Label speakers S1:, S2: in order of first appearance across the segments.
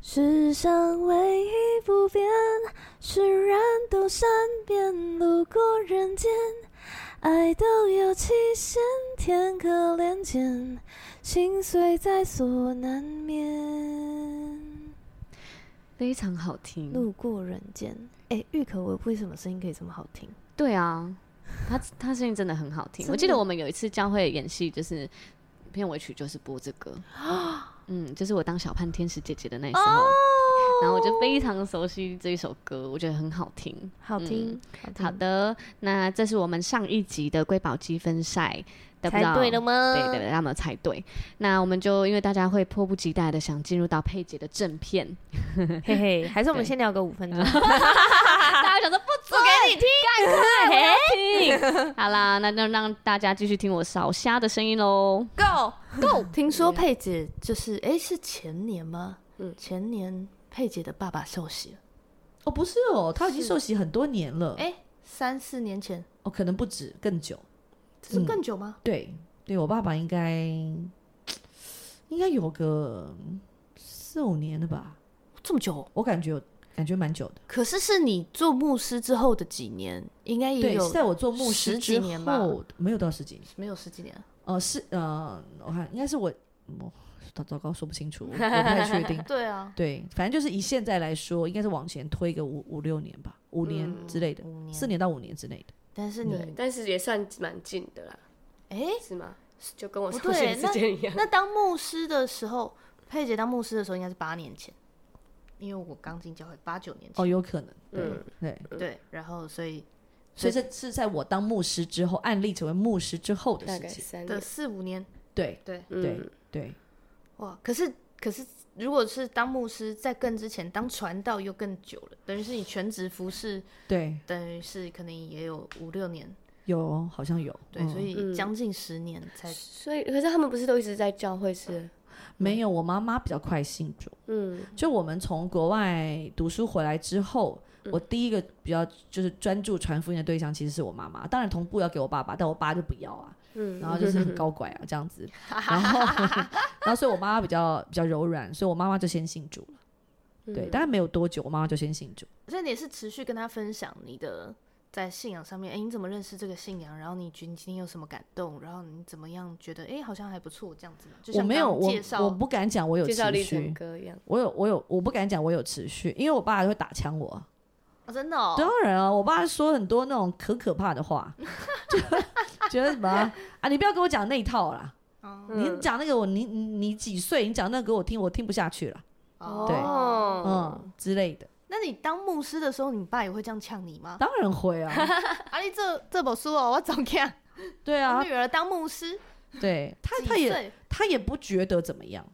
S1: 世上唯一不变，是燃斗善变，路过人间，爱都有期限，天可怜见，心碎在所难免。
S2: 非常好听。
S1: 路过人间，哎、郁可唯为什么声音可以这么好听？
S2: 对啊，他他声音 真的很好听。我记
S1: 真
S2: 得
S1: 的
S2: 我们有一次教会演戏，就是片尾曲就是播这 个。嗯，就是我当小盼天使姐姐的那时
S1: 哦
S2: 候，然后我就非常熟悉这一首歌，我觉得很好听。
S1: 好听，
S2: 嗯好
S1: 听，
S2: 的，那这是我们上一集的瑰宝积分赛，得不
S1: 猜
S2: 到
S1: 对了吗？
S2: 对对对，他们猜对。那我们就因为大家会迫不及待的想进入到佩姐的正片，
S1: 嘿嘿，还是我们
S2: 对
S1: 先聊个五分钟。
S2: 大家想说不准给你 听，干快我要听。 好啦，那就让大家继续听我烧虾的声音喽。
S1: Go Go！听 说佩姐就是，哎、是前年吗？
S2: 嗯
S1: 前年佩姐的爸爸受洗了，
S3: 哦，不是哦，他已经受洗很多年了，
S1: 哎、三四年前，
S3: 哦，可能不止，更久。
S1: 这是更久吗？
S3: 对，对我爸爸应该应该有个四五年了吧，
S1: 这么久？
S3: 我感觉感觉蛮久的。
S1: 可是是你做牧师之后的几年，应该也
S3: 对，是
S1: 有
S3: 在我做牧
S1: 十
S3: 师
S1: 几
S3: 之
S1: 年吧
S3: 后，没有到十几年，
S1: 没有十几年？。
S3: 呃，是呃，我看应该是我，我糟糟糕，说不清楚，我我不太确定
S1: 对啊，
S3: 对，反正就是以现在来说，应该是往前推个五五六年吧，五年之类的，
S1: 嗯五年
S3: 四年到五年之类的。
S1: 但是
S4: 对
S1: 你，
S4: 但是也算蛮近的啦，
S1: 哎、
S4: 是吗？就跟我
S1: 不
S4: 上学
S1: 对
S4: 时间一样。
S1: 那当牧师的时候，佩姐当牧师的时候应该是八年前，因为我刚进教会八九年前，
S3: 哦，有可能，对、
S4: 嗯
S3: 对。
S1: 对，然后所以
S3: 所以这是在我当牧师之后，案例成为牧师之后的
S4: 大
S3: 事
S4: 概
S3: 情。
S4: 三
S1: 的
S4: 年，
S1: 四五年，
S3: 对
S1: 对，
S3: 对、
S4: 嗯
S3: 对，
S1: 哇，可是可是，如果是当牧师，在更之前当传道又更久了，等于是你全职服侍，
S3: 对，
S1: 等于是可能也有五六年，
S3: 有好像有，
S1: 对，
S3: 嗯
S1: 所以将近十年才。
S4: 所以可是他们不是都一直在教会是？
S3: 没有。我妈妈比较快信主，
S4: 嗯，
S3: 就我们从国外读书回来之后，
S4: 嗯
S3: 我第一个比较就是专注传福音的对象其实是我妈妈，当然同步要给我爸爸，但我爸就不要啊，
S4: 嗯
S3: 然后就是很高拐啊这样 子，然后 然后所以我妈妈比较比较柔软，所以我妈妈就先信主了，
S4: 嗯
S3: 对，但是没有多久，我妈妈就先信主。
S1: 所以你也是持续跟他分享你的在信仰上面，哎，你怎么认识这个信仰？然后你觉得你今天有什么感动？然后你怎么样觉得，哎，好像还不错这样子吗？就
S3: 我
S1: 像
S3: 没有，
S1: 刚刚
S3: 我
S1: 介绍
S3: 我不敢讲我有
S4: 介绍
S3: 持
S4: 历程
S3: 续，
S4: 歌一样。
S3: 我有我有我不敢讲我有持续，因为我爸会打枪我啊。
S1: 哦真的哦，
S3: 当然啊，我爸说很多那种可可怕的话，就觉得什么啊，你不要跟我讲那一套啦。你
S4: 嗯
S3: 讲那个我你你你几岁？你讲那个给我听，我听不下去了，嗯对
S1: 哦
S4: 哦，
S3: 嗯之类的。
S1: 那你当牧师的时候，你爸也会这样呛你吗？
S3: 当然会啊，
S1: 啊，你这这本书哦，我怎么样？
S3: 对啊
S1: 我，女儿当牧师，
S3: 对他
S1: 哦几
S3: 他也
S1: 岁
S3: 他也不觉得怎么样，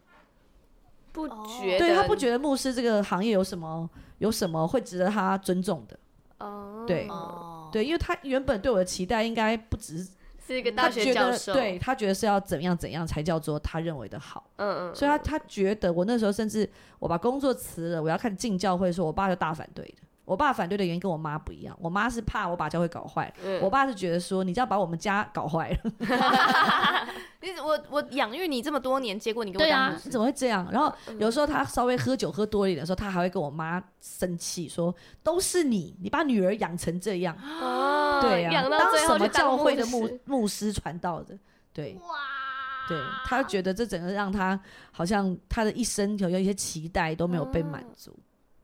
S4: 不
S1: 哦
S4: 觉得，
S3: 对他不觉得牧师这个行业有什么有什么会值得他尊重的，
S4: 哦，
S3: 对
S1: 哦，
S3: 对，因为他原本对我的期待应该不只是
S4: 是一个
S3: 他
S4: 大
S3: 觉
S4: 学教
S3: 得
S4: 授，
S3: 对，他觉得是要怎样怎样才叫做他认为的好。
S4: 嗯嗯，
S3: 所以他他觉得我那时候甚至我把工作辞了，我要看进教会的时候，我爸就大反对的。我爸反对的原因跟我妈不一样，我妈是怕我把教会搞坏，
S4: 嗯
S3: 我爸是觉得说你这样把我们家搞坏了。
S1: 你我我养育你这么多年，结果你给我
S3: 对
S1: 当
S3: 啊
S1: 牧，师
S3: 你怎么会这样？然后
S4: 嗯
S3: 有时候他稍微喝酒喝多一点的时候，他还会跟我妈生气说都是你，你把女儿养成这样。
S1: 啊
S4: 哦，
S3: 对呀、
S4: 养到
S3: 当
S4: 最
S3: 什
S4: 后
S3: 么
S4: 就
S3: 教
S4: 当
S3: 会的
S4: 牧
S3: 牧
S4: 师，
S3: 牧师传道的？对，
S1: 哇，
S3: 对，他觉得这整个让他好像他的一生有有一些期待都没有被
S4: 嗯
S3: 满足，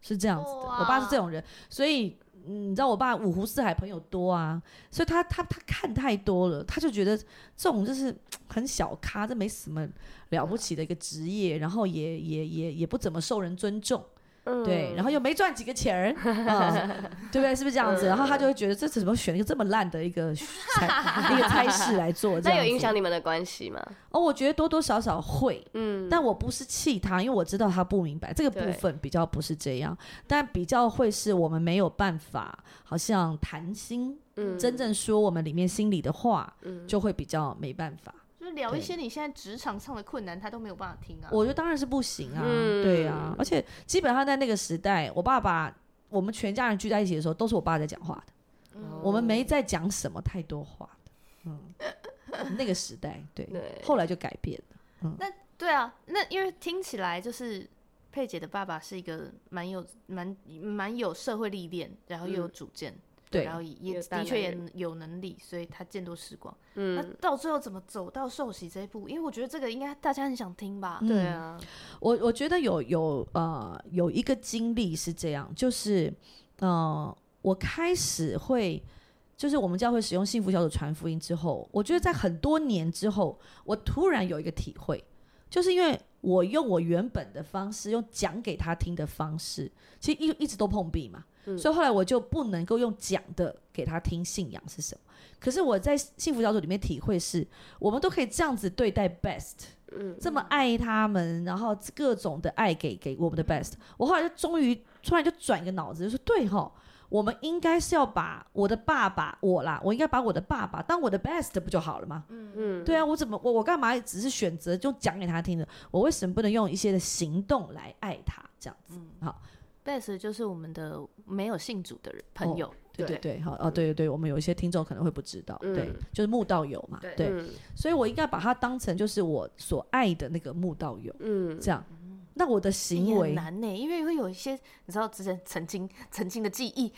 S3: 是这样子的。
S1: 哇
S3: 我爸是这种人，所以嗯你知道我爸五湖四海朋友多啊，所以他他他看太多了，他就觉得这种就是很小咖，这没什么了不起的一个职业，然后也也也也不怎么受人尊重。
S4: 嗯
S3: 对，然后又没赚几个钱 儿，嗯对不对？是不是这样子？然后他就会觉得这怎么选一个这么烂的一个 差一个差事来做？这
S4: 那
S3: 样
S4: 有影
S3: 子
S4: 响你们的关系吗？
S3: 哦，我觉得多多少少会，
S4: 嗯，
S3: 但我不是气他，因为我知道他不明白这个部
S4: 对
S3: 分比较不是这样，但比较会是我们没有办法，好像谈心，
S4: 嗯
S3: 真正说我们里面心里的话，
S4: 嗯
S3: 就会比较没办法。
S1: 就是聊
S3: 对
S1: 一些你现在职场上的困难，他都没有办法听啊。
S3: 我觉得当然是不行啊，
S4: 嗯
S3: 对啊，而且基本上在那个时代，我爸爸。我们全家人聚在一起的时候，都是我爸在讲话的，我们没在讲什么太多话的。嗯， 那个时代，对，
S4: 对
S3: 后来就改变了。
S1: 对啊，那因为听起来就是佩姐的爸爸是一个蛮有蛮蛮有社会历练，然后又有主见，
S3: 对
S1: 然后也
S5: 也
S1: 也
S5: 有大
S1: 的确
S5: 男
S1: 也有能力，所以他见多识广。那
S5: 嗯，
S1: 到最后怎么走到受洗这一步？因为我觉得这个应该大家很想听吧。
S5: 对
S3: 嗯
S5: 啊，
S3: 我我觉得有有呃有一个经历是这样，就是呃我开始会，就是我们教会使用幸福小组传福音之后，我觉得在很多年之后，我突然有一个体会，就是因为我用我原本的方式，用讲给他听的方式，其实一一直都碰壁嘛，
S5: 嗯
S3: 所以后来我就不能够用讲的给他听信仰是什么。可是我在幸福小组里面体会是，我们都可以这样子对待 best。
S5: 嗯，
S3: 这么爱他们，然后各种的爱给给我们的 best。我后来就终于突然就转一个脑子，就说对哈，我们应该是要把我的爸爸我啦，我应该把我的爸爸当我的 best 不就好了吗？
S5: 嗯，
S3: 对啊，我怎么我我干嘛只是选择就讲给他听的？我为什么不能用一些的行动来爱他这样
S1: 嗯
S3: 子？好，
S1: Best 就是我们的没有信主的人朋友，
S3: 对对对，好哦，对对对，我们有一些听众可能会不知道，对
S5: 嗯，
S3: 就是慕道友嘛，
S1: 对
S3: 对，
S5: 嗯
S3: 所以我应该把他当成就是我所爱的那个慕道友
S5: 嗯，
S3: 这样。那我的行
S1: 也
S3: 为
S1: 很难呢、因为会有一些你知道之前曾经曾经的记忆，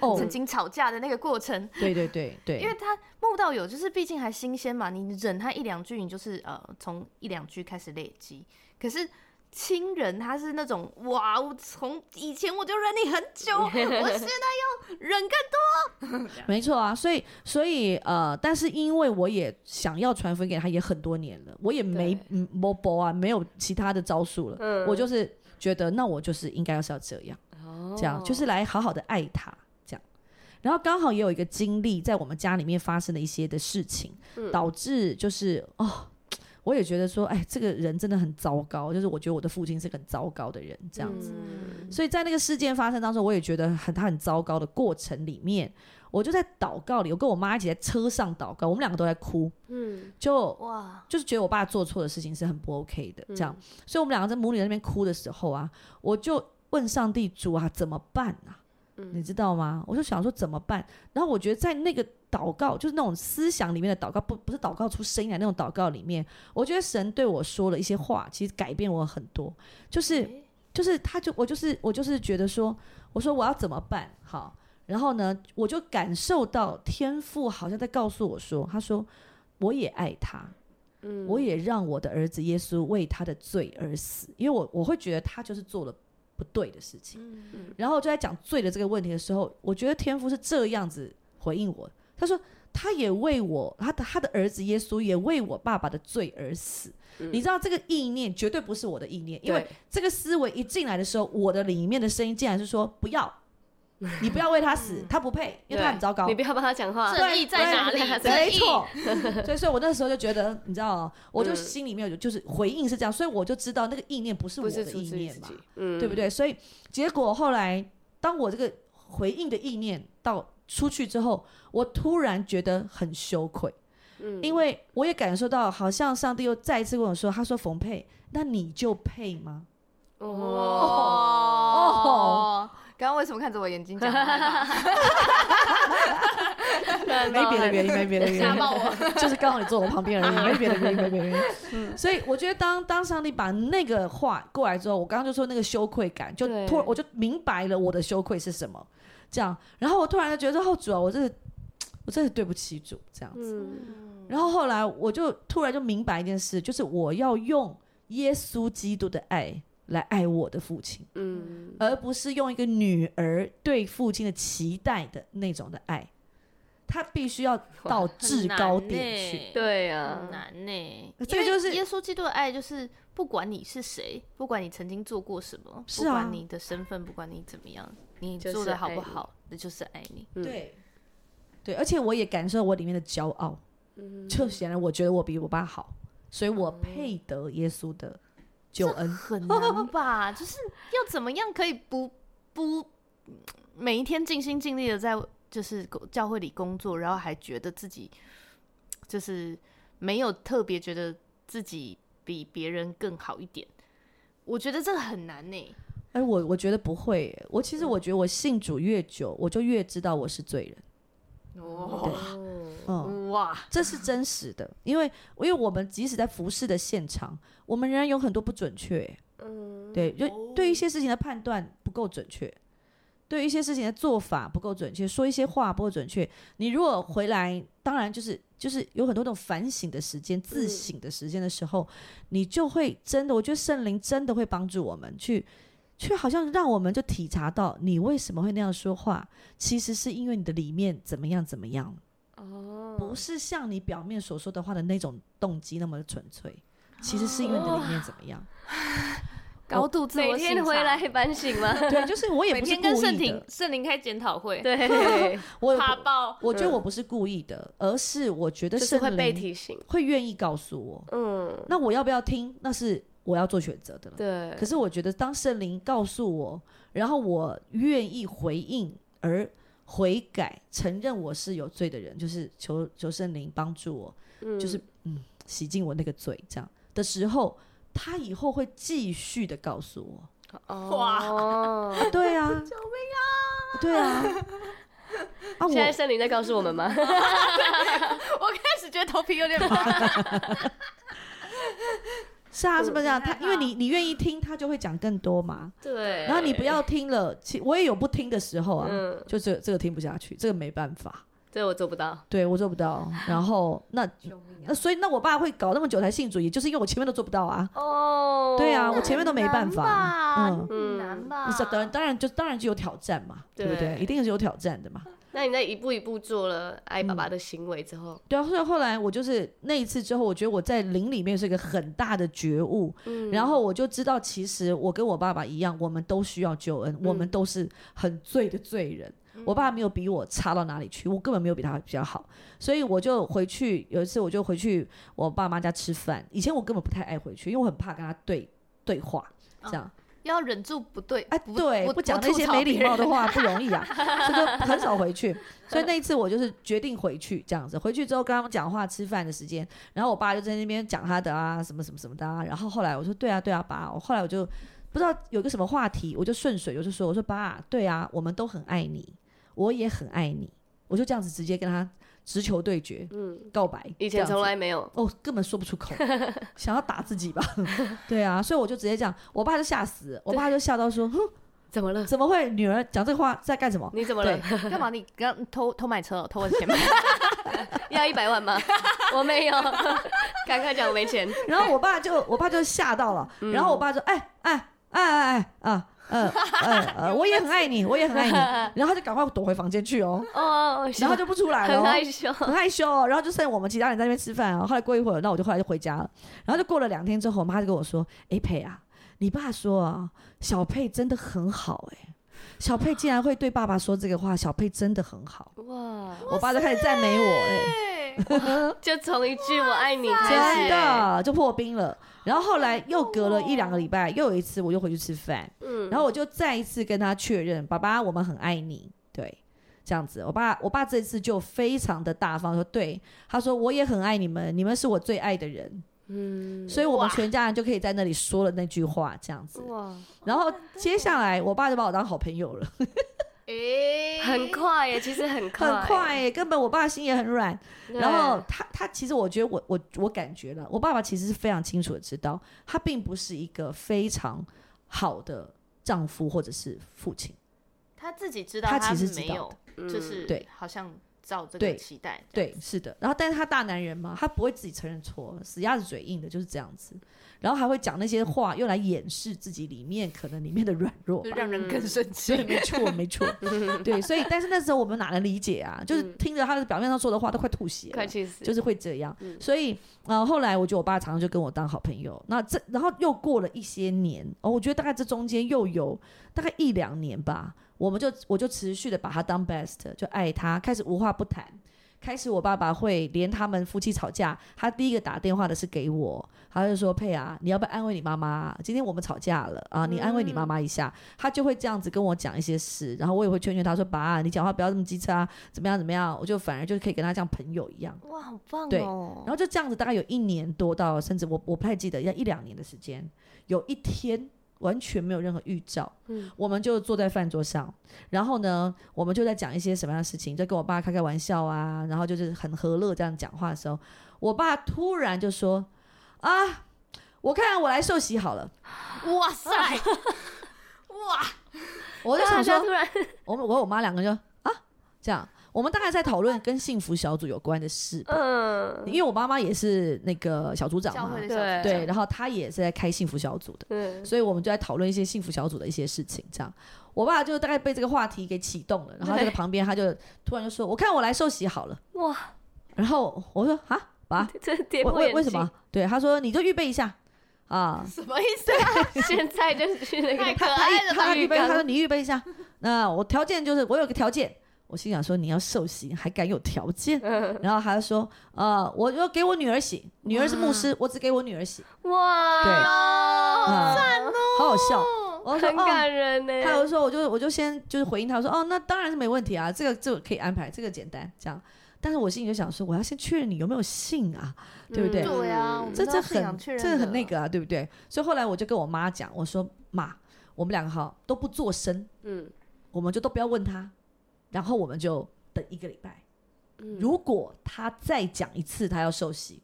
S3: 哦，
S1: 曾经吵架的那个过程，
S3: 对对对对，
S1: 因为他慕道友就是毕竟还新鲜嘛，你忍他一两句，你就是呃从一两句开始累积。可是亲人他是那种哇，我从以前我就忍你很 久，我现在要忍更多。
S3: 没错啊，所以所以呃，但是因为我也想要传福音给他也很多年了，我也没
S5: 对
S3: 嗯 mobile 啊，没有其他的招数了，
S5: 嗯
S3: 我就是觉得那我就是应该要是要这样，这
S2: 哦
S3: 样
S5: 哦
S3: 就是来好好的爱他这样。然后刚好也有一个经历，在我们家里面发生了一些的事情，
S5: 嗯
S3: 导致就是哦，我也觉得说，哎，这个人真的很糟糕，就是我觉得我的父亲是个很糟糕的人，这样子。
S5: 嗯
S3: 所以在那个事件发生当中，我也觉得很他很糟糕的过程里面，我就在祷告里，我跟我妈一起在车上祷告，我们两个都在哭，
S5: 嗯，
S3: 就
S1: 哇，
S3: 就是觉得我爸做错的事情是很不 OK 的，这样。所以我们两个在母女在那边哭的时候啊，我就问上帝主啊，怎么办啊？你知道吗？我就想说怎么办？然后我觉得在那个祷告，就是那种思想里面的祷告，不不是祷告出声音来那种祷告里面，我觉得神对我说了一些话，其实改变我很多，就是。
S1: 诶
S3: 就是他就我就是我就是觉得说，我说我要怎么办好，然后呢，我就感受到天父好像在告诉我说，他说我也爱他，
S5: 嗯
S3: 我也让我的儿子耶稣为他的罪而死，因为我我会觉得他就是做了不对的事情。
S5: 嗯
S3: 然后就在讲罪的这个问题的时候，我觉得天父是这样子回应我，他说他也为我他的他的儿子耶稣也为我爸爸的罪而死。
S5: 嗯
S3: 你知道这个意念绝对不是我的意念，因为
S5: 对
S3: 这个思维一进来的时候，我的里面的声音竟然是说不要，你不要为他死，
S5: 嗯
S3: 他不配，因为他很糟糕
S5: 你。不要帮他讲话，
S1: 正义在哪里
S5: 对
S1: 正
S3: 没
S1: 义
S3: 错，所以所以我那时候就觉得，你知道，我就
S5: 嗯
S3: 心里面有就是回应是这样，所以我就知道那个意念不是我
S5: 不是
S3: 的
S5: 出
S3: 意
S5: 自于
S3: 念
S5: 自
S3: 嘛
S5: 己，，嗯，
S3: 对不？对？所以结果后来，当我这个回应的意念到出去之后，我突然觉得很羞愧，
S5: 嗯，
S3: 因为我也感受到，好像上帝又再一次跟我说，他说：“冯佩，那你就配吗？”
S1: 哦，刚刚为什么看着我眼睛讲话？
S3: 没别的原因，没别 的原
S1: 吓
S3: 因，
S1: 爆我！
S3: 就是刚好你坐我旁边而已，没别的原因，没别的原
S5: 嗯
S3: 因。所以我觉得当当上帝把那个话过来之后，我刚刚就说那个羞愧感，就
S5: 对
S3: 突然我就明白了我的羞愧是什么。这样，然后我突然就觉得，哦，主啊，我真的，我真的对不起主，这样。
S5: 嗯
S3: 然后后来我就突然就明白一件事，就是我要用耶稣基督的爱来爱我的父亲，
S5: 嗯
S3: 而不是用一个女儿对父亲的期待的那种的爱。他必须要到制高点去，
S5: 对呀
S2: 啊嗯
S1: 很，难呢、
S3: 那
S1: 因
S3: 这个
S1: 为
S3: 就是
S1: 耶稣基督的爱，就是不管你是谁，不管你曾经做过什么，
S3: 是
S1: 不
S3: 啊
S1: 管你的身份，不管你怎么样，你
S5: 就是
S1: 做的好
S5: 爱
S1: 不
S5: 你
S1: 好，那就是爱你。
S5: 嗯
S3: 对，对，而且我也感受我里面的骄傲，就显然我觉得我比我爸好，所以我配得耶稣的救恩。
S1: 很难 吧？就是要怎么样可以不不每一天尽心尽力的在就是教会里工作，然后还觉得自己就是没有特别觉得自己比别人更好一点。我觉得这个很难呢、
S3: 哎，我我觉得不会耶，我其实我觉得我信主越久，我就越知道我是罪人。嗯，
S1: 哇，
S3: 这是真实的，因为因为我们即使在服侍的现场，我们仍然有很多不准确耶。
S5: 嗯，
S3: 对，就对一些事情的判断不够准确，对一些事情的做法不够准确，说一些话不够准确。你如果回来，当然就是就是有很多种反省的时间、自省的时间的时候，你就会真的，我觉得圣灵真的会帮助我们去。去好像让我们就体察到你为什么会那样说话，其实是因为你的里面怎么样怎么样，
S5: 哦，
S3: 不是像你表面所说的话的那种动机那么纯粹，其实是因为你的里面怎么样。
S1: 高度自
S5: 每
S1: 我
S5: 天回来反 省吗？
S3: 对，就是我也
S1: 每
S3: 不是
S1: 天跟
S3: 故
S1: 圣
S3: 意
S1: 庭
S3: 的，
S1: 圣灵开检讨会，
S5: 对，
S3: 我也不
S5: 怕爆，
S3: 我觉得我不是故意的，而是我觉得
S5: 就是
S3: 圣
S5: 会被
S3: 灵
S5: 提醒。
S3: 会愿意告诉我，
S5: 嗯，
S3: 那我要不要听，那是我要做选择的了。
S5: 对。
S3: 可是我觉得当圣灵告诉我，然后我愿意回应而悔改，承认我是有罪的人，就是求求圣灵帮助我，就是嗯洗净我那个罪这样的时候，他以后会继续的告诉我。
S2: 哦
S5: 哇！
S3: 对啊，救命啊！对啊，啊我
S5: 现在森林在告诉我们吗？
S1: 我开始觉得头皮有点麻。
S3: 是啊，是不是这样？他
S1: 害
S3: 因为
S1: 怕
S3: 你你愿意听，他就会讲更多嘛。
S5: 对。
S3: 然后你不，要听了，其我也有不听的时候啊，
S5: 嗯，
S3: 就这这个听不下去，这个没办法，
S5: 这我做不到。
S3: 对我做不到。然后那那所以那我爸会搞那么久才信主，也就是因为我前面都做不到啊。
S5: 哦
S3: 对啊，我前面都没办法。嗯，
S5: 嗯
S1: 难
S4: 啊
S1: 吧？
S3: 是当然当然就当然就有挑战嘛，对不对？
S5: 对
S3: 一定是有挑战的嘛。
S5: 那你在一步一步做了爱爸
S3: 嗯
S5: 爸的行为之后，
S3: 对啊，所以后来我就是那一次之后，我觉得我在灵里面是一个很大的觉悟，
S5: 嗯
S3: 然后我就知道，其实我跟我爸爸一样，我们都需要救恩，我们都是很罪的罪人。我爸没有比我差到哪里去，我根本没有比他比较好，所以我就回去。有一次我就回去我爸妈家吃饭，以前我根本不太爱回去，因为我很怕跟他对对话，这样。
S1: 要忍住不对，
S3: 哎，
S1: 不
S3: 对，
S1: 不
S3: 不讲那些没礼貌的
S1: 话。
S3: 话不容易啊，所以 就很少回去。所以那一次我就是决定回去这样子，回去之后跟他们讲话、吃饭的时间，然后我爸就在那边讲他的啊，什么什么什么的啊。然后后来我说对啊对啊爸，我后来我就不知道有个什么话题，我就顺水我就说我说爸，对啊，我们都很爱你，我也很爱你，我就这样子直接跟他直球对决
S5: 嗯，
S3: 告白。
S5: 以
S3: 这
S5: 前
S3: 样子
S5: 从来没有，
S3: 哦，根本说不 出口，想要打自己吧？ 对啊，所以我就直接这样，我爸就吓死，我爸就吓到说，哼，
S5: 怎么了？
S3: 怎么会女儿讲这话在干什么？
S5: 你怎么了
S3: 对？，
S1: 干 嘛你刚偷偷买车哦，偷我的钱买？
S5: 要一百万吗？我 没有，赶快讲，我没钱。
S3: 然后我爸就我爸就吓到了，
S5: 嗯
S3: 然后我爸就哎哎哎哎哎啊呃呃呃，我也很爱你，我也很爱 你，然后他就赶快躲回房间去哦，
S5: 哦，
S3: 然后就不出来了
S5: 很
S3: 哦、
S5: 害羞。
S3: 很害羞、哦，然后就剩我们其他人在那边吃饭哦。后来过一会儿，那我就后来就回家了。然后就过了两天之后，我妈就跟我说：“哎、佩啊，你爸说啊，小佩真的很好哎、小佩竟然会对爸爸说这个话，小佩真的很好。
S5: 哇”，
S3: 我爸就开始赞美我哎、
S5: 就从一句“我爱你”开
S3: 真
S5: 始，
S3: 的就破冰了。然后后来又隔了一两个礼拜，又有一次我就回去吃饭，
S5: 嗯
S3: 然后我就再一次跟他确认，爸爸，我们很爱你，对，这样子。我爸，我爸这次就非常的大方，说对，他说我也很爱你们，你们是我最爱的人，
S5: 嗯，
S3: 所以我们全家人就可以在那里说了那句话，这样子。
S5: 哇，
S3: 然后接下来，我爸就把我当好朋友了，
S1: 诶，
S5: 很快耶，其实很快，
S3: 很快、
S5: 哎
S3: 欸，根本我爸心也很软，
S5: 对。
S3: 然后他他其实我觉得我我我感觉了，我爸爸其实是非常清楚的知道，他并不是一个非常好的丈夫或者是父亲，
S1: 他自己知道
S3: 他其实知
S1: 没
S3: 道
S1: 有，
S5: 嗯
S1: 就是
S3: 对
S1: 好像照这个
S3: 对
S1: 期待，
S3: 对，是的。然后但是他大男人嘛，他不会自己承认错，死鸭子嘴硬的就是这样子，然后还会讲那些话用来掩饰自己里面可能里面的软弱
S1: 就
S3: 吧。
S1: 让人更
S5: 嗯
S1: 生
S3: 对，
S1: 气。
S3: 没错，没错，对，所以但是那时候我们哪能理解啊？就是
S5: 嗯
S3: 听着他的表面上说的话都快吐血了，
S5: 快气死，
S3: 就是会这样。所以，呃，后来我觉得我爸常常就跟我当好朋友。那这，然后又过了一些年，哦，我觉得大概这中间又有大概一两年吧，我们就我就持续的把他当 best，就爱他，开始无话不谈。开始我爸爸会连他们夫妻吵架，他第一个打电话的是给我，他就说：“佩啊，你要不要安慰你妈妈？今天我们吵架了啊，你安慰你妈妈一下。他就会这样子跟我讲一些事，然后我也会劝劝他说：“爸，啊你讲话不要这么机车啊，怎么样怎么样。”我就反而就可以跟他像朋友一样。
S1: 哇，好棒
S3: 对
S1: 哦！
S3: 然后就这样子，大概有一年多到，甚至我我不太记得，要一两年的时间。有一天完全没有任何预兆，
S5: 嗯
S3: 我们就坐在饭桌上，然后呢，我们就在讲一些什么样的事情，在跟我爸开开玩笑啊，然后就是很和乐这样讲话的时候，我爸突然就说：“啊，我看看我来受洗好了。
S1: 哇 塞，哇，
S3: 我就想
S5: 大
S3: 说
S5: 家，啊突然
S3: 我们我和我妈两个就啊这样，我们大概在讨论跟幸福小组有关的事吧，因
S5: 嗯，
S3: 为我妈妈也是那个小组长
S1: 教
S3: 嘛
S1: 会，的
S5: 对
S1: 小组
S3: 对，然后她也是在开幸福小组的，
S5: 嗯
S3: 所以我们就在讨论一些幸福小组的一些事情。这样，我爸就大概被这个话题给启动了，然后他在旁边他就突然就说：“我看我来受洗好了。
S5: 哇，”
S3: 然后我说：“啊，爸，
S5: 这跌
S3: 为
S5: 破
S3: 为
S5: 眼
S3: 为什
S5: 镜，
S3: 么？”对，他说：“你就预备一下啊。”
S1: 什么意思？
S5: 现在就是去那
S1: 太
S5: 个，
S1: 可
S3: 他他
S1: 爱了吧
S3: 他预
S1: 浴
S3: 备，他说
S1: 缸？
S3: 你预备一下。那我条件就是我有个条件，我心想说你要受洗还敢有条件？
S5: 嗯，
S3: 然后还说呃，我就给我女儿洗，女儿是牧师，我只给我女儿洗，对
S5: 哇，
S3: 啊，好好笑。我就
S5: 哦很
S3: 说哦，
S5: 感人呢，
S3: 他有说我就我就先就是回应他说哦，那当然是没问题啊，这个这个可以安排，这个简单这样。但是我心里就想说，我要先确认你有没有信啊，对不对？
S5: 嗯
S1: 对啊，
S5: 嗯
S1: 我们
S3: 这
S1: 都
S3: 这
S1: 要信仰
S3: 很
S1: 确认
S3: 这很那
S1: 的，
S3: 个啊，对不对？所以后来我就跟我妈讲，我说妈，我们两个哈都不做声，
S5: 嗯
S3: 我们就都不要问他，然后我们就等一个礼拜。
S5: 嗯
S3: 如果他再讲一次他要受洗，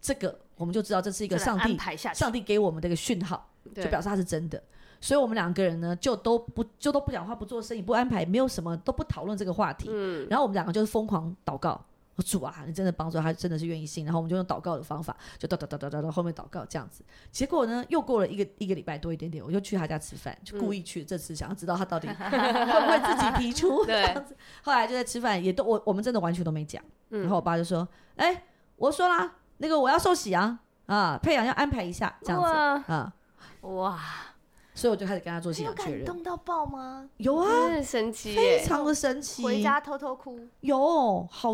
S3: 这个我们就知道这是一
S1: 就
S3: 个
S1: 来
S3: 上
S1: 安
S3: 帝
S1: 排下去，
S3: 上帝给我们的一个讯号，就
S5: 对
S3: 表示他是真的。所以我们两个人呢，就都不就都不讲话，不做生意，不安排，没有什么都不讨论这个话题。
S5: 嗯
S3: 然后我们两个就是疯狂祷告。我主啊，你真的帮助他，真的是愿意信。然后我们就用祷告的方法，就祷祷祷祷祷到后面祷告这样子。结果呢，又过了一个一个礼拜多一点点，我就去他家吃饭，就故意去、这次，想要知道他到底 会不会自己提出这
S5: 对
S3: 样子。后来就在吃饭，也都我我们真的完全都没讲。
S5: 嗯
S3: 然后我爸就说：“哎、我说啦，那个我要受洗啊，啊，佩阳要安排一下这样子
S5: 哇，
S3: 啊。
S1: 哇，”
S3: 所以我就开始跟他做信
S1: 有
S3: 仰确
S1: 感
S3: 认。
S1: 动到爆吗？
S3: 有啊，
S5: 真的神奇
S3: 非
S5: 耶，
S3: 常的神奇。
S1: 回家偷偷哭，
S3: 有，好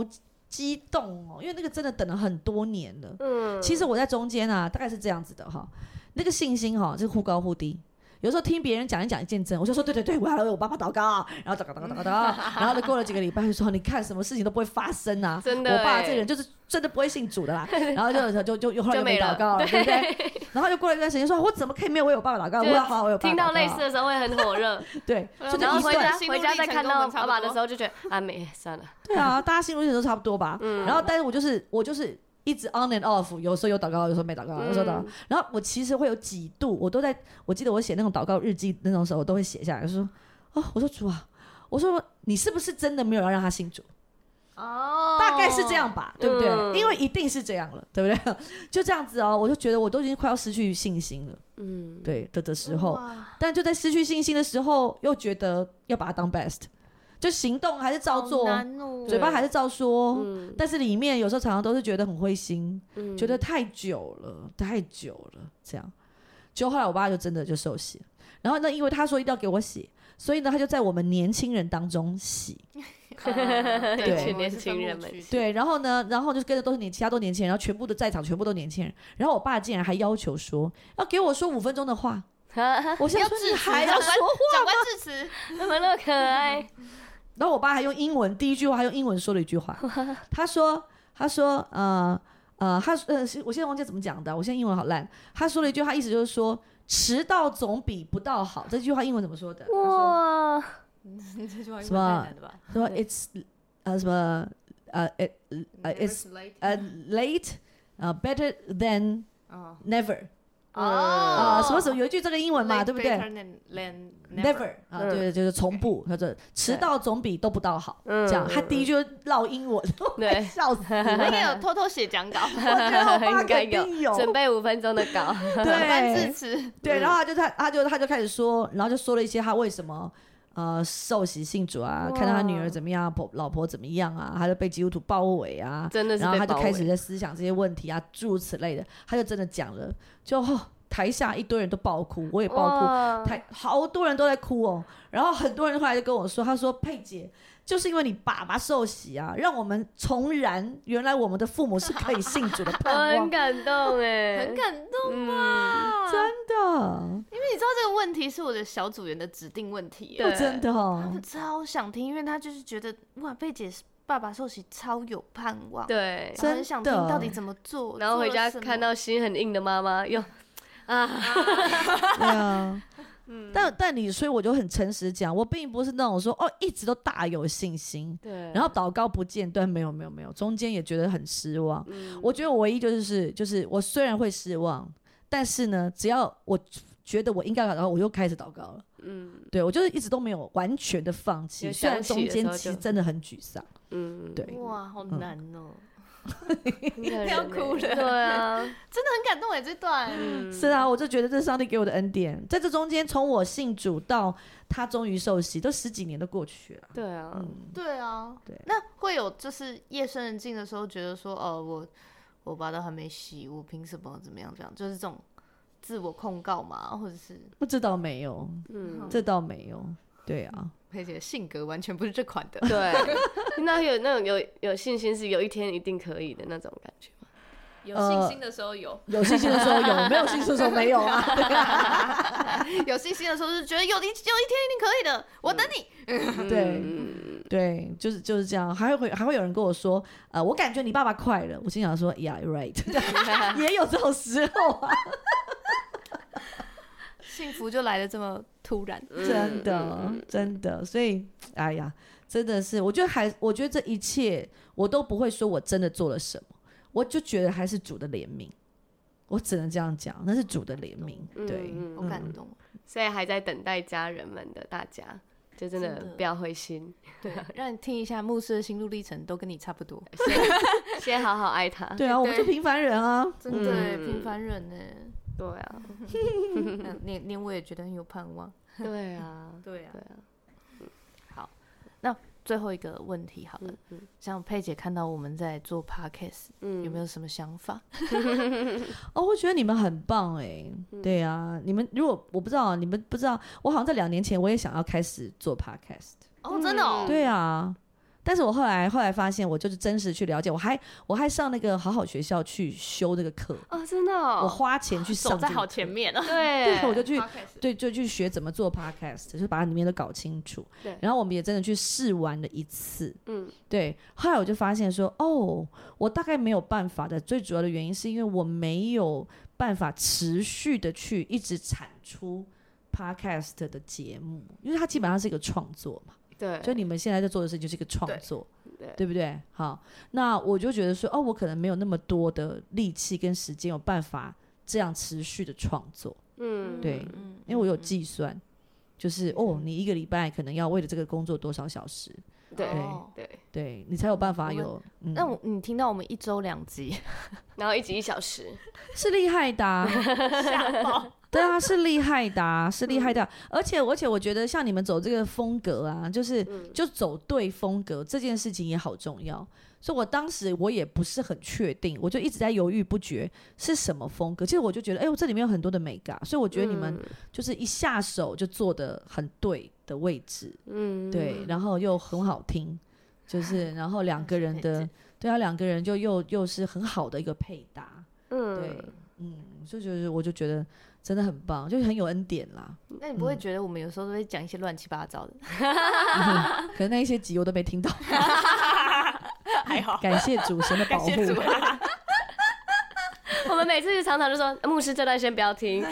S3: 激动哦，因为那个真的等了很多年了。
S5: 嗯，
S3: 其实我在中间啊，大概是这样子的哈，那个信心哈是忽高忽低。有时候听别人讲一讲一见证，我就说对对对，我要为我爸爸祷告，啊然后祷告祷告祷告祷告，然后就过了几个礼拜，就说你看什么事情都不会发生啊，
S5: 真的
S3: 我爸
S5: 欸
S3: 这个人就是真的不会信主的 啦，然后就就就就后来
S5: 就
S3: 就没
S5: 没了
S3: 祷告了，对不对？ 然后又过了一段时间，说我怎么可以没有为我爸爸祷告？我
S5: 就
S3: 要好好为我爸爸
S5: 听到
S3: 祷
S5: 类
S3: 告啊
S5: 似的时候会很火热，
S3: 对，
S1: 嗯
S3: 所以
S5: 然
S3: 就
S5: 后
S3: 一
S5: 回
S3: 段
S5: 家
S1: 心路
S5: 回家
S1: 历
S5: 再
S1: 程
S5: 看
S1: 跟我
S5: 到
S1: 们差
S5: 爸
S1: 不
S5: 爸
S1: 多
S5: 的时候，就觉得啊没算了，
S3: 对啊，大家心路历程都差不多吧。
S5: 嗯
S3: 然后，但是我就是我就是一直 on and off，有时候有祷告，有时候没祷告，有时候祷告。
S5: 嗯
S3: 然后我其实会有几度，我都在，我记得我写那种祷告日记那种时候，我都会写下来，我说哦，我说主啊，我说你是不是真的没有要让他信主？
S1: 哦
S3: 大概是 这样吧，对不对？
S5: 嗯
S3: 因为一定是这样了，对不对？ 就这样子哦，我就觉得我都已经快要失去信心了，
S5: 嗯，
S3: 对的的时候，
S1: 哇
S3: 但就在失去信心的时候，又觉得要把它当 best，就行动还是
S1: 好
S3: 照做，
S1: 难哦
S3: 嘴巴还是照说，
S5: 嗯
S3: 但是里面有时候常常都是觉得很灰心，
S5: 嗯
S3: 觉得太久了，太久了，这样。就后来我爸就真的就受洗了，然后呢，因为他说一定要给我洗，所以呢，他就在我们年轻人当中洗。
S1: 嗯
S3: 对
S1: 我
S5: 去
S1: 们
S5: 年
S1: 是
S5: 轻
S1: 分
S5: 人
S1: 牧
S5: 们
S1: 区的
S3: 对，然后呢，然后就跟着都是年，其他都年轻人，然后全部都在场，全部都年轻人。然后我爸竟然还要求说，要给我说五分钟的话。我想
S1: 要
S3: 说
S1: 致
S3: 你
S1: 辞
S3: 还要
S1: 长
S3: 说
S1: 官，长官致辞，
S5: 那么那么可爱，
S3: 然后我爸还用英文，第一句话还用英文说了一句话，他说：“他说，呃呃，他呃，是我现在忘记怎么讲的，我现在英文好烂。”他说了一句话，意思就是说，迟到总比不到好。这句话英文怎么说的？他说
S5: 哇，
S1: 这句话
S3: 什么
S1: 的吧？
S3: 什么 “It's 呃什么呃 it 呃 it's 呃 late 呃 better than
S1: 哦
S3: never 啊、
S1: 哦
S3: 什么什么有一句这个英文嘛，对不对？
S1: ？Never，
S3: never 啊，
S5: 嗯
S3: 对，就是从不，他说迟到总比都不到好，
S5: 嗯
S3: 这样。他第一
S5: 句
S3: 句就唠英文，
S5: 对
S3: 笑死 了。
S1: 那个有偷偷写讲稿，
S3: 我觉得我爸
S5: 应该
S3: 肯
S5: 有
S3: 定有，
S5: 准备五分钟的稿，
S1: 长官致
S3: 对
S1: 辞，
S3: 对，然后他就他他就他就开始说，然后就说了一些他为什么呃受洗信主啊，看到他女儿怎么样，婆老婆怎么样啊，他就被基督徒包围啊，
S5: 真的是
S3: 然后
S5: 被
S3: 他就
S5: 包
S3: 开
S5: 围
S3: 始在思想这些问题啊，诸如此类的，他就真的讲了，就、哦台下一堆人都爆哭，我也爆哭，
S5: 哇
S1: 嗯
S3: 台好多人都在哭哦，然后很多人后来就跟我说，他说佩姐。就是因为你爸爸受洗啊，让我们重燃原来我们的父母是可以信主的盼
S5: 很
S3: 望，
S5: 感动哎，
S1: 很感动。
S5: 嗯，
S1: 真
S3: 真的，
S1: 因为你知道这个问题是我的小组员的指定问题耶，
S5: 对
S3: 哦真的
S1: 他
S3: 哦
S1: 们，超想听，因为他就是觉得哇，贝姐爸爸受洗超有盼望，，
S5: 对，
S1: 很想听
S3: 真的
S1: 到底怎么做，
S5: 然后回家
S1: 做了什么
S5: 看到心很硬的妈妈，又啊，
S3: 对啊，
S1: 嗯
S3: 但但你，所以我就很诚实讲，我并不是那种说哦一直都大有信心，
S5: 对，
S3: 然后祷告不间断，没有没有
S5: 嗯
S3: 没有，中间也觉得很失望。我觉得我唯一就是就是我虽然会失望，但是呢，只要我觉得我应该祷告，我又开始祷告了。
S5: 嗯
S3: 对我就是一直都没有完全的放弃，
S5: 有
S3: 虽然
S5: 想
S3: 中
S5: 起的时
S3: 间
S5: 候
S3: 其
S5: 就
S3: 实真的很沮丧。
S5: 嗯，
S3: 对
S1: 哇，好
S3: 嗯
S1: 难哦，
S5: 很感人欸，
S1: 要哭了
S5: 对啊，
S1: 真的很感动哎，这段
S5: 嗯
S3: 是啊，我就觉得这是上帝给我的恩典，在这中间，从我信主到他终于受洗，都十几年都过去了。
S5: 对啊，
S3: 嗯，
S1: 对啊，
S3: 对
S1: 那会有就是夜深人静的时候，觉得说，哦，我我爸都还没洗，我凭什么怎么样这样？就是这种自我控告嘛，或者是
S3: 不知道没有，
S5: 嗯，，
S3: 这倒没有。对啊，
S1: 佩姐性格完全不是这款的
S5: 对，那有那种有有信心是有一天一定可以的那种感觉吗？
S6: 有
S1: 呃
S6: 信心的时候有，
S3: 有信心的时候有，没有信心的时候没有啊。
S1: 有信心的时候就觉得有一有一天一定可以的，我等你。
S3: 对
S5: 嗯
S3: 对，就是就是这样。还会还会有人跟我说，呃，我感觉你爸爸快乐。我心想说，Yeah, you're right，也有 这种时候啊，
S1: 幸福就来的这么突然，
S3: 真的真的。所以，哎呀，真的是，我觉得还，我觉得这一切我都不会说我真的做了什么，我就觉得还是主的怜悯。我只能这样讲，那是主的怜悯。对，
S5: 嗯嗯
S1: 好感动。
S5: 所以还在等待家人们的大家，就真的
S1: 真的
S5: 不要灰心，
S1: 对，啊让你听一下牧师的心路历程，都跟你差不多，
S5: 先好好爱他。
S3: 对啊，我们就平凡人啊。
S1: 真的耶
S5: 嗯
S1: 平凡人呢。
S5: 对啊，
S1: 那连连我也觉得很有盼望。
S5: 对啊，
S1: 对啊
S5: 对啊，
S1: 好，那最后一个问题好了，像佩姐看到我们在做 podcast，、
S5: 嗯，
S1: 有没有什么想法？
S3: 哦，我觉得你们很棒哎、对啊，你们如果我不知道，你们不知道，我好像在两年前我也想要开始做 podcast，、
S1: 哦，
S4: 嗯
S1: 真的
S5: 嗯
S1: 哦，
S3: 对啊，但是我后来后来发现，我就是真实去了解，我还我还上那个好好学校去修这个课，
S5: 哦，真的
S3: 我
S5: 哦，
S3: 花钱去上
S6: 走在
S3: 这个
S6: 好前面
S1: 啊嗯
S6: 了。
S5: 对
S3: 对，我就去
S6: Podcast
S3: 对，就去学怎么做 podcast，就是把里面都搞清楚。
S5: 对
S3: 然后我们也真的去试玩了一次。
S5: 嗯，
S3: 对。后来我就发现说，哦，我大概没有办法的，最主要的原因是因为我没有办法持续的去一直产出 podcast 的节目，因为它基本上是一个创作嘛。
S5: 对，
S3: 就你们现在在做的事情就是一个创作，
S5: 对
S3: 不对？好，那我就觉得说，哦，我可能没有那么多的力气跟时间，有办法这样持续的创作。
S5: 嗯，
S3: 对
S1: 嗯
S3: 因为我有计算，就是哦，你一个礼拜可能要为了这个工作多少小时，
S5: 对
S1: 哦
S5: 对，
S3: 对你才有办
S1: 我
S3: 法
S1: 们
S3: 有。嗯
S1: 那我你听到我们一周两集，
S5: 然后一集一小时，
S3: 是厉害 的啊、对啊，是厉害的啊、是厉害的啊、而且而且我觉得像你们走这个风格啊，就是
S5: 嗯
S3: 就走对风格这件事情也好重要。所以我当时我也不是很确定，我就一直在犹豫不决是什么风格。其实我就觉得，哎、呦，这里面有很多的美感，所以我觉得你们
S5: 嗯
S3: 就是一下手就做的很对的位置。
S5: 嗯，嗯
S3: 对，，然后又很好听， 就是然后两个人
S1: 配
S3: 的
S1: 置
S3: 对啊，两个人就又又是很好的一个配搭，
S5: 嗯，
S3: 对，嗯，就就是我就觉得真的很棒，就是很有恩典啦。
S1: 那你不会
S3: 嗯
S1: 觉得我们有时候都会讲一些乱七八糟的？
S3: 嗯可能那一些集我都没听到，
S6: 还好，
S3: 感谢主神的保护。
S5: 我们每次常常就说呃牧师这段先不要听，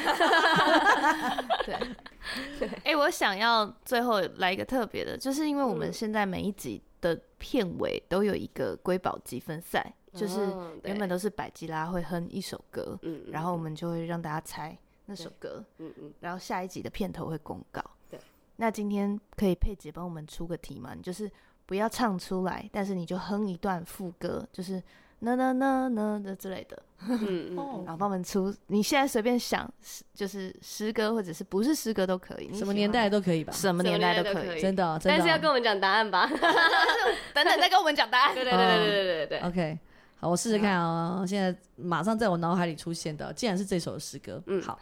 S1: 哎、我想要最后来一个特别的，就是因为我们
S5: 嗯
S1: 现在每一集的片尾都有一个瑰宝积分赛，就是
S5: 哦对
S1: 原本都是百吉拉会哼一首歌，
S5: 嗯，
S1: 然后我们就会让大家猜那首歌，
S5: 嗯嗯，
S1: 然后下一集的片头会公告。
S5: 对，
S1: 那今天可以佩姐帮我们出个题吗？你就是不要唱出来，但是你就哼一段副歌，就是呢呢呢呢的之类的，
S5: 嗯嗯嗯，
S1: 然
S3: 哦，
S1: 后帮我们出。你现在随便想，是就是诗歌或者是不是诗歌都可以，你
S3: 什么
S1: 喜
S3: 年
S1: 欢
S3: 代都可以吧？
S1: 什么
S5: 什么
S1: 年
S5: 年
S1: 代
S5: 代
S1: 都
S5: 都
S1: 可
S5: 可
S1: 以
S5: 以。
S3: 真的哦，
S1: 啊
S3: 真的哦。
S5: 但是要跟我们讲答 案吧？
S1: 等等再跟我们讲答案。
S5: 对对对对对对对，
S3: OK，好，我试试看哦。现在马上在我脑海里出现的，竟然是这首诗歌。
S5: 嗯，
S3: 好，，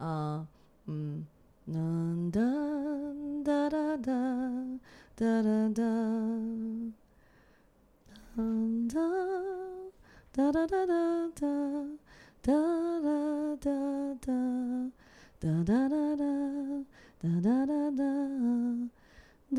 S3: 嗯嗯。噔噔哒哒哒哒哒哒，噔哒哒哒哒哒哒哒哒哒哒哒哒哒哒哒哒哒哒哒哒哒哒哒哒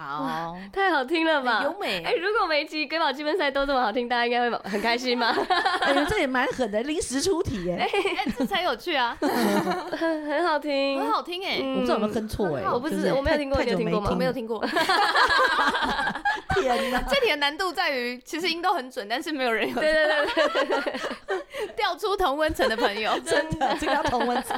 S1: 好，
S5: 太好听了吧
S1: 很？优美啊
S5: 哎、如果每一集瑰宝积分赛都这么好听，大家应该会很开心吧？
S3: 哎，这也蛮狠的，临时出题耶，
S1: 哎，这才有趣啊，
S5: 很好听，嗯
S1: 很好听哎，
S3: 我不知道有没有哼错哎，
S5: 我不知
S3: 就是
S5: 我没有听过
S3: 太
S5: 你有
S3: 太久
S5: 听过吗
S1: 我没有
S3: 了
S1: 听过。
S3: 天哪，
S1: 这题的难度在于，其实音都很准，但是没有人有
S5: 对对对对，
S1: 调出同温层的朋友。
S3: 真的，这个要同温层。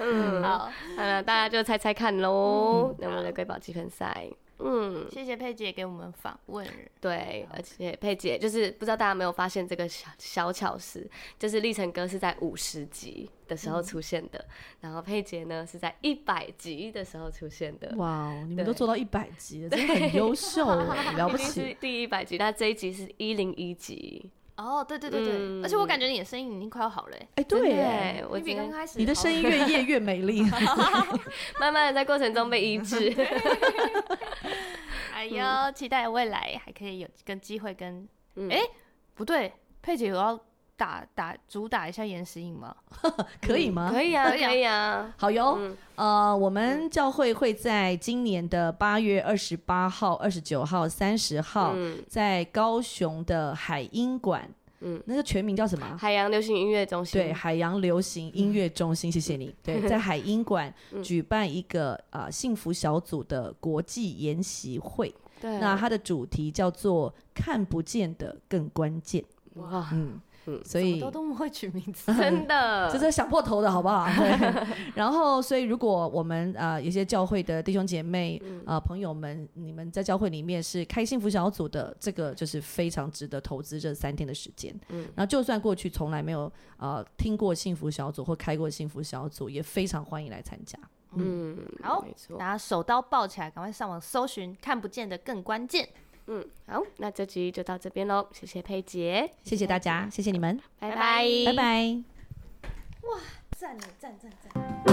S5: 嗯，好，
S1: 好，
S5: 那大家就猜猜看喽。那我们的瑰宝积分赛，嗯，
S1: 谢谢佩姐给我们访问。
S5: 对，而且佩姐就是不知道大家有没有发现这个小小巧思，就是立成哥是在五十集的时候出现的，然后佩姐呢是在一百集的时候出现的。
S3: 哇哦，你们都
S5: 对
S3: 做到一百集了，真的很优 秀哎，了不
S5: 已经是
S3: 起。
S5: 第一百集，但这一集是一零一集。
S1: 哦，对对对对，
S5: 嗯
S1: 而且我感觉你的声音已经快要好了欸，
S3: 哎，对耶，
S5: 对，我
S1: 你比
S5: 觉
S1: 刚
S5: 得
S1: 开始
S3: 你的
S1: 好
S3: 声音
S1: 很
S3: 越夜越美 丽。
S5: 慢慢的在过程中被医治。
S1: 多哎呦，期待未来还可以有跟机会跟，
S5: 嗯
S1: 哎，不对，佩姐有要打打主打一下延时影吗？
S3: 可以吗？
S5: 可以啊，
S1: 可
S5: 可
S1: 以啊
S5: 以啊。
S3: 好哟，
S5: 嗯
S3: 呃，我们教会会在今年的八月二十八号、二十九号、三十号，
S5: 嗯，
S3: 在高雄的海音馆，嗯
S5: 嗯，
S3: 那个全名叫什么啊？
S5: 海洋流行音乐中心。
S3: 对，海洋流行音乐中心，谢谢你。对，在海音馆
S5: 嗯
S3: 举办一个啊、呃幸福小组的国际研习会，
S5: 对，
S3: 那它的主题叫做“看不见的更关键
S5: 哇”，，
S3: 嗯
S5: 嗯
S3: 所以
S1: 都么会取名字，
S5: 真的，
S3: 这是想破头的好不 好？对然后，所以如果我们呃有些教会的弟兄姐妹
S5: 嗯
S3: 呃朋友们，你们在教会里面是开幸福小组的，这个就是非常值得投资这三天的时间。嗯
S5: 嗯，
S3: 然后就算过去从来没有呃听过幸福小组或开过幸福小组，也非常欢迎来参加。
S5: 嗯，
S1: 好
S5: 没错。
S1: 大家手刀抱起来，赶快上网搜寻，看不见的更关键。
S5: 嗯，好，那这集就到这边喽，谢谢佩姐，
S3: 谢谢大家，谢谢你们，
S5: 嗯拜
S1: 拜
S5: 拜，
S3: 拜拜。
S1: 赞赞赞赞！